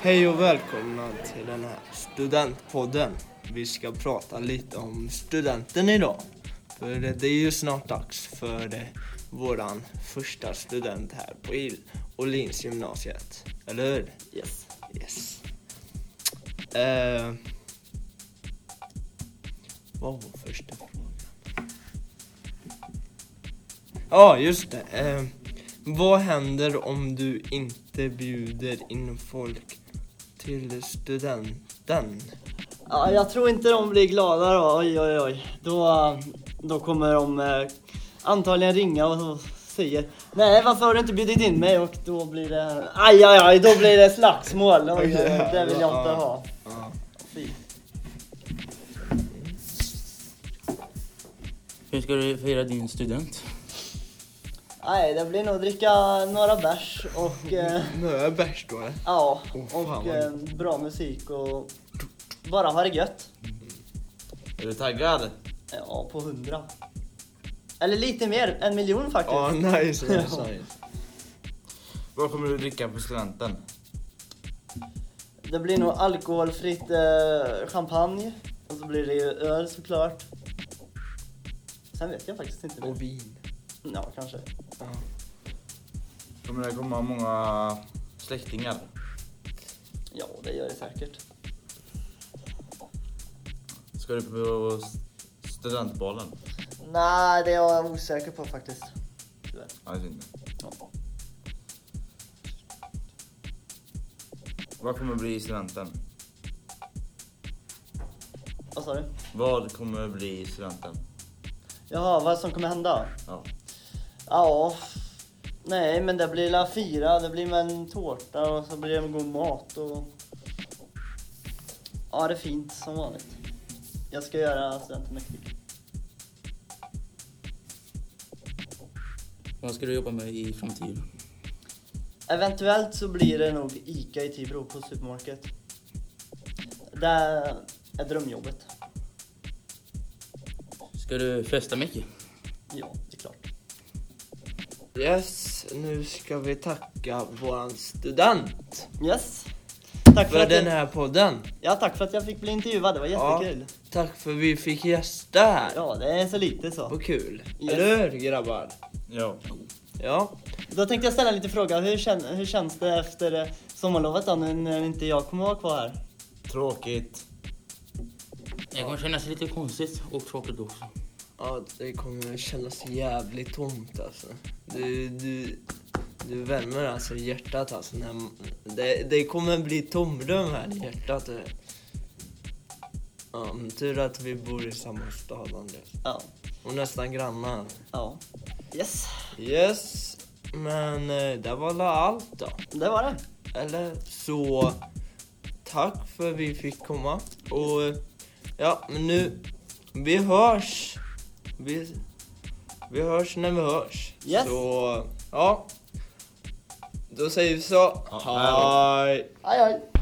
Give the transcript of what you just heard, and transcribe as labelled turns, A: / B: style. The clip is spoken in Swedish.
A: Hej och välkomna till den här studentpodden. Vi ska prata lite om studenten idag. För det är ju snart dags för eh, våran första student här på Il- Åhlins gymnasiet. Eller hur?
B: Yes.
A: Yes. Eh, vad var första frågan? Ja, just det. Eh, vad händer om du inte bjuder in folk till studenten?
B: Ja, jag tror inte de blir glada då. Oj, oj, oj. Då, eh, då kommer de eh, antagligen ringa och och säger Nej, varför har du inte bjudit in mig? Och då blir det... Aj, aj, aj, då blir det slagsmål. Oj, oj, oj, det vill jag inte ha.
A: Ja.
B: Fy.
C: Hur ska du fira din student?
B: Nej, det blir nog dricka några bärs och... Eh,
A: Nu är jag bärs då. eller?
B: ja,
A: Åh, fan
B: och
A: vad-
B: eh, bra musik och bara ha det gött.
D: Är du taggad?
B: Ja, på hundra. Eller lite mer, en miljon faktiskt.
A: Ja, nice. alltså. nice, nice.
D: Vad kommer du dricka på studenten?
B: Det blir nog alkoholfritt eh, champagne och så blir det ju öl såklart. Sen vet jag faktiskt inte. mer.
A: Och vin.
B: Ja, kanske.
A: Ja.
D: Kommer det komma många släktingar?
B: Ja, det gör det säkert.
D: Ska du på studentbalen?
B: Nej, det är jag osäker på faktiskt. Tyvärr.
D: Nej, det är inte. Vad kommer bli studenten?
B: Vad sa du?
D: Vad kommer bli studenten?
B: Jaha, vad som kommer hända?
D: Ja.
B: Ja, nej men det blir la fira, det blir med en tårta och så blir det god mat och... Ja, det är fint som vanligt. Jag ska göra studenten mäktig.
C: Vad ska du jobba med i framtiden?
B: Eventuellt så blir det nog ICA i Tibro på supermarket. Det är drömjobbet.
C: Ska du festa mycket?
B: Ja, det är klart.
A: Yes, nu ska vi tacka våran student
B: Yes. Tack för,
A: för
B: att
A: den
B: jag,
A: här podden.
B: ja, tack för att jag fick bli intervjuad, det var
A: Ja.
B: jättekul. Ja,
A: Tack för vi fick gästa här.
B: det är så lite så.
A: Vad kul.
B: Yes.
A: Eller hur grabbar?
D: Ja.
A: Ja.
B: Då tänkte jag ställa en liten fråga, hur, kän, hur känns det efter eh, sommarlovet då, nu när inte jag kommer vara kvar här?
D: Tråkigt.
C: Det kommer kännas lite konstigt och tråkigt också.
A: ja, det kommer kännas jävligt tomt alltså. Du, du, du värmer alltså hjärtat alltså. När, det, det kommer bli tomrum här i hjärtat. du vet. Ja, men tur att vi bor i samma stad Andreas.
B: Ja,
A: Och nästan grannar.
B: ja. Yes,
A: Yes, men eh, det var väl allt då.
B: det var det.
A: Eller så tack för att vi fick komma. Och eh, ja, men nu, vi hörs. Vi, vi hörs när vi hörs.
B: Yes.
A: Så ja, då säger vi så.
D: Ja,
A: Hej.
B: Hej, hej.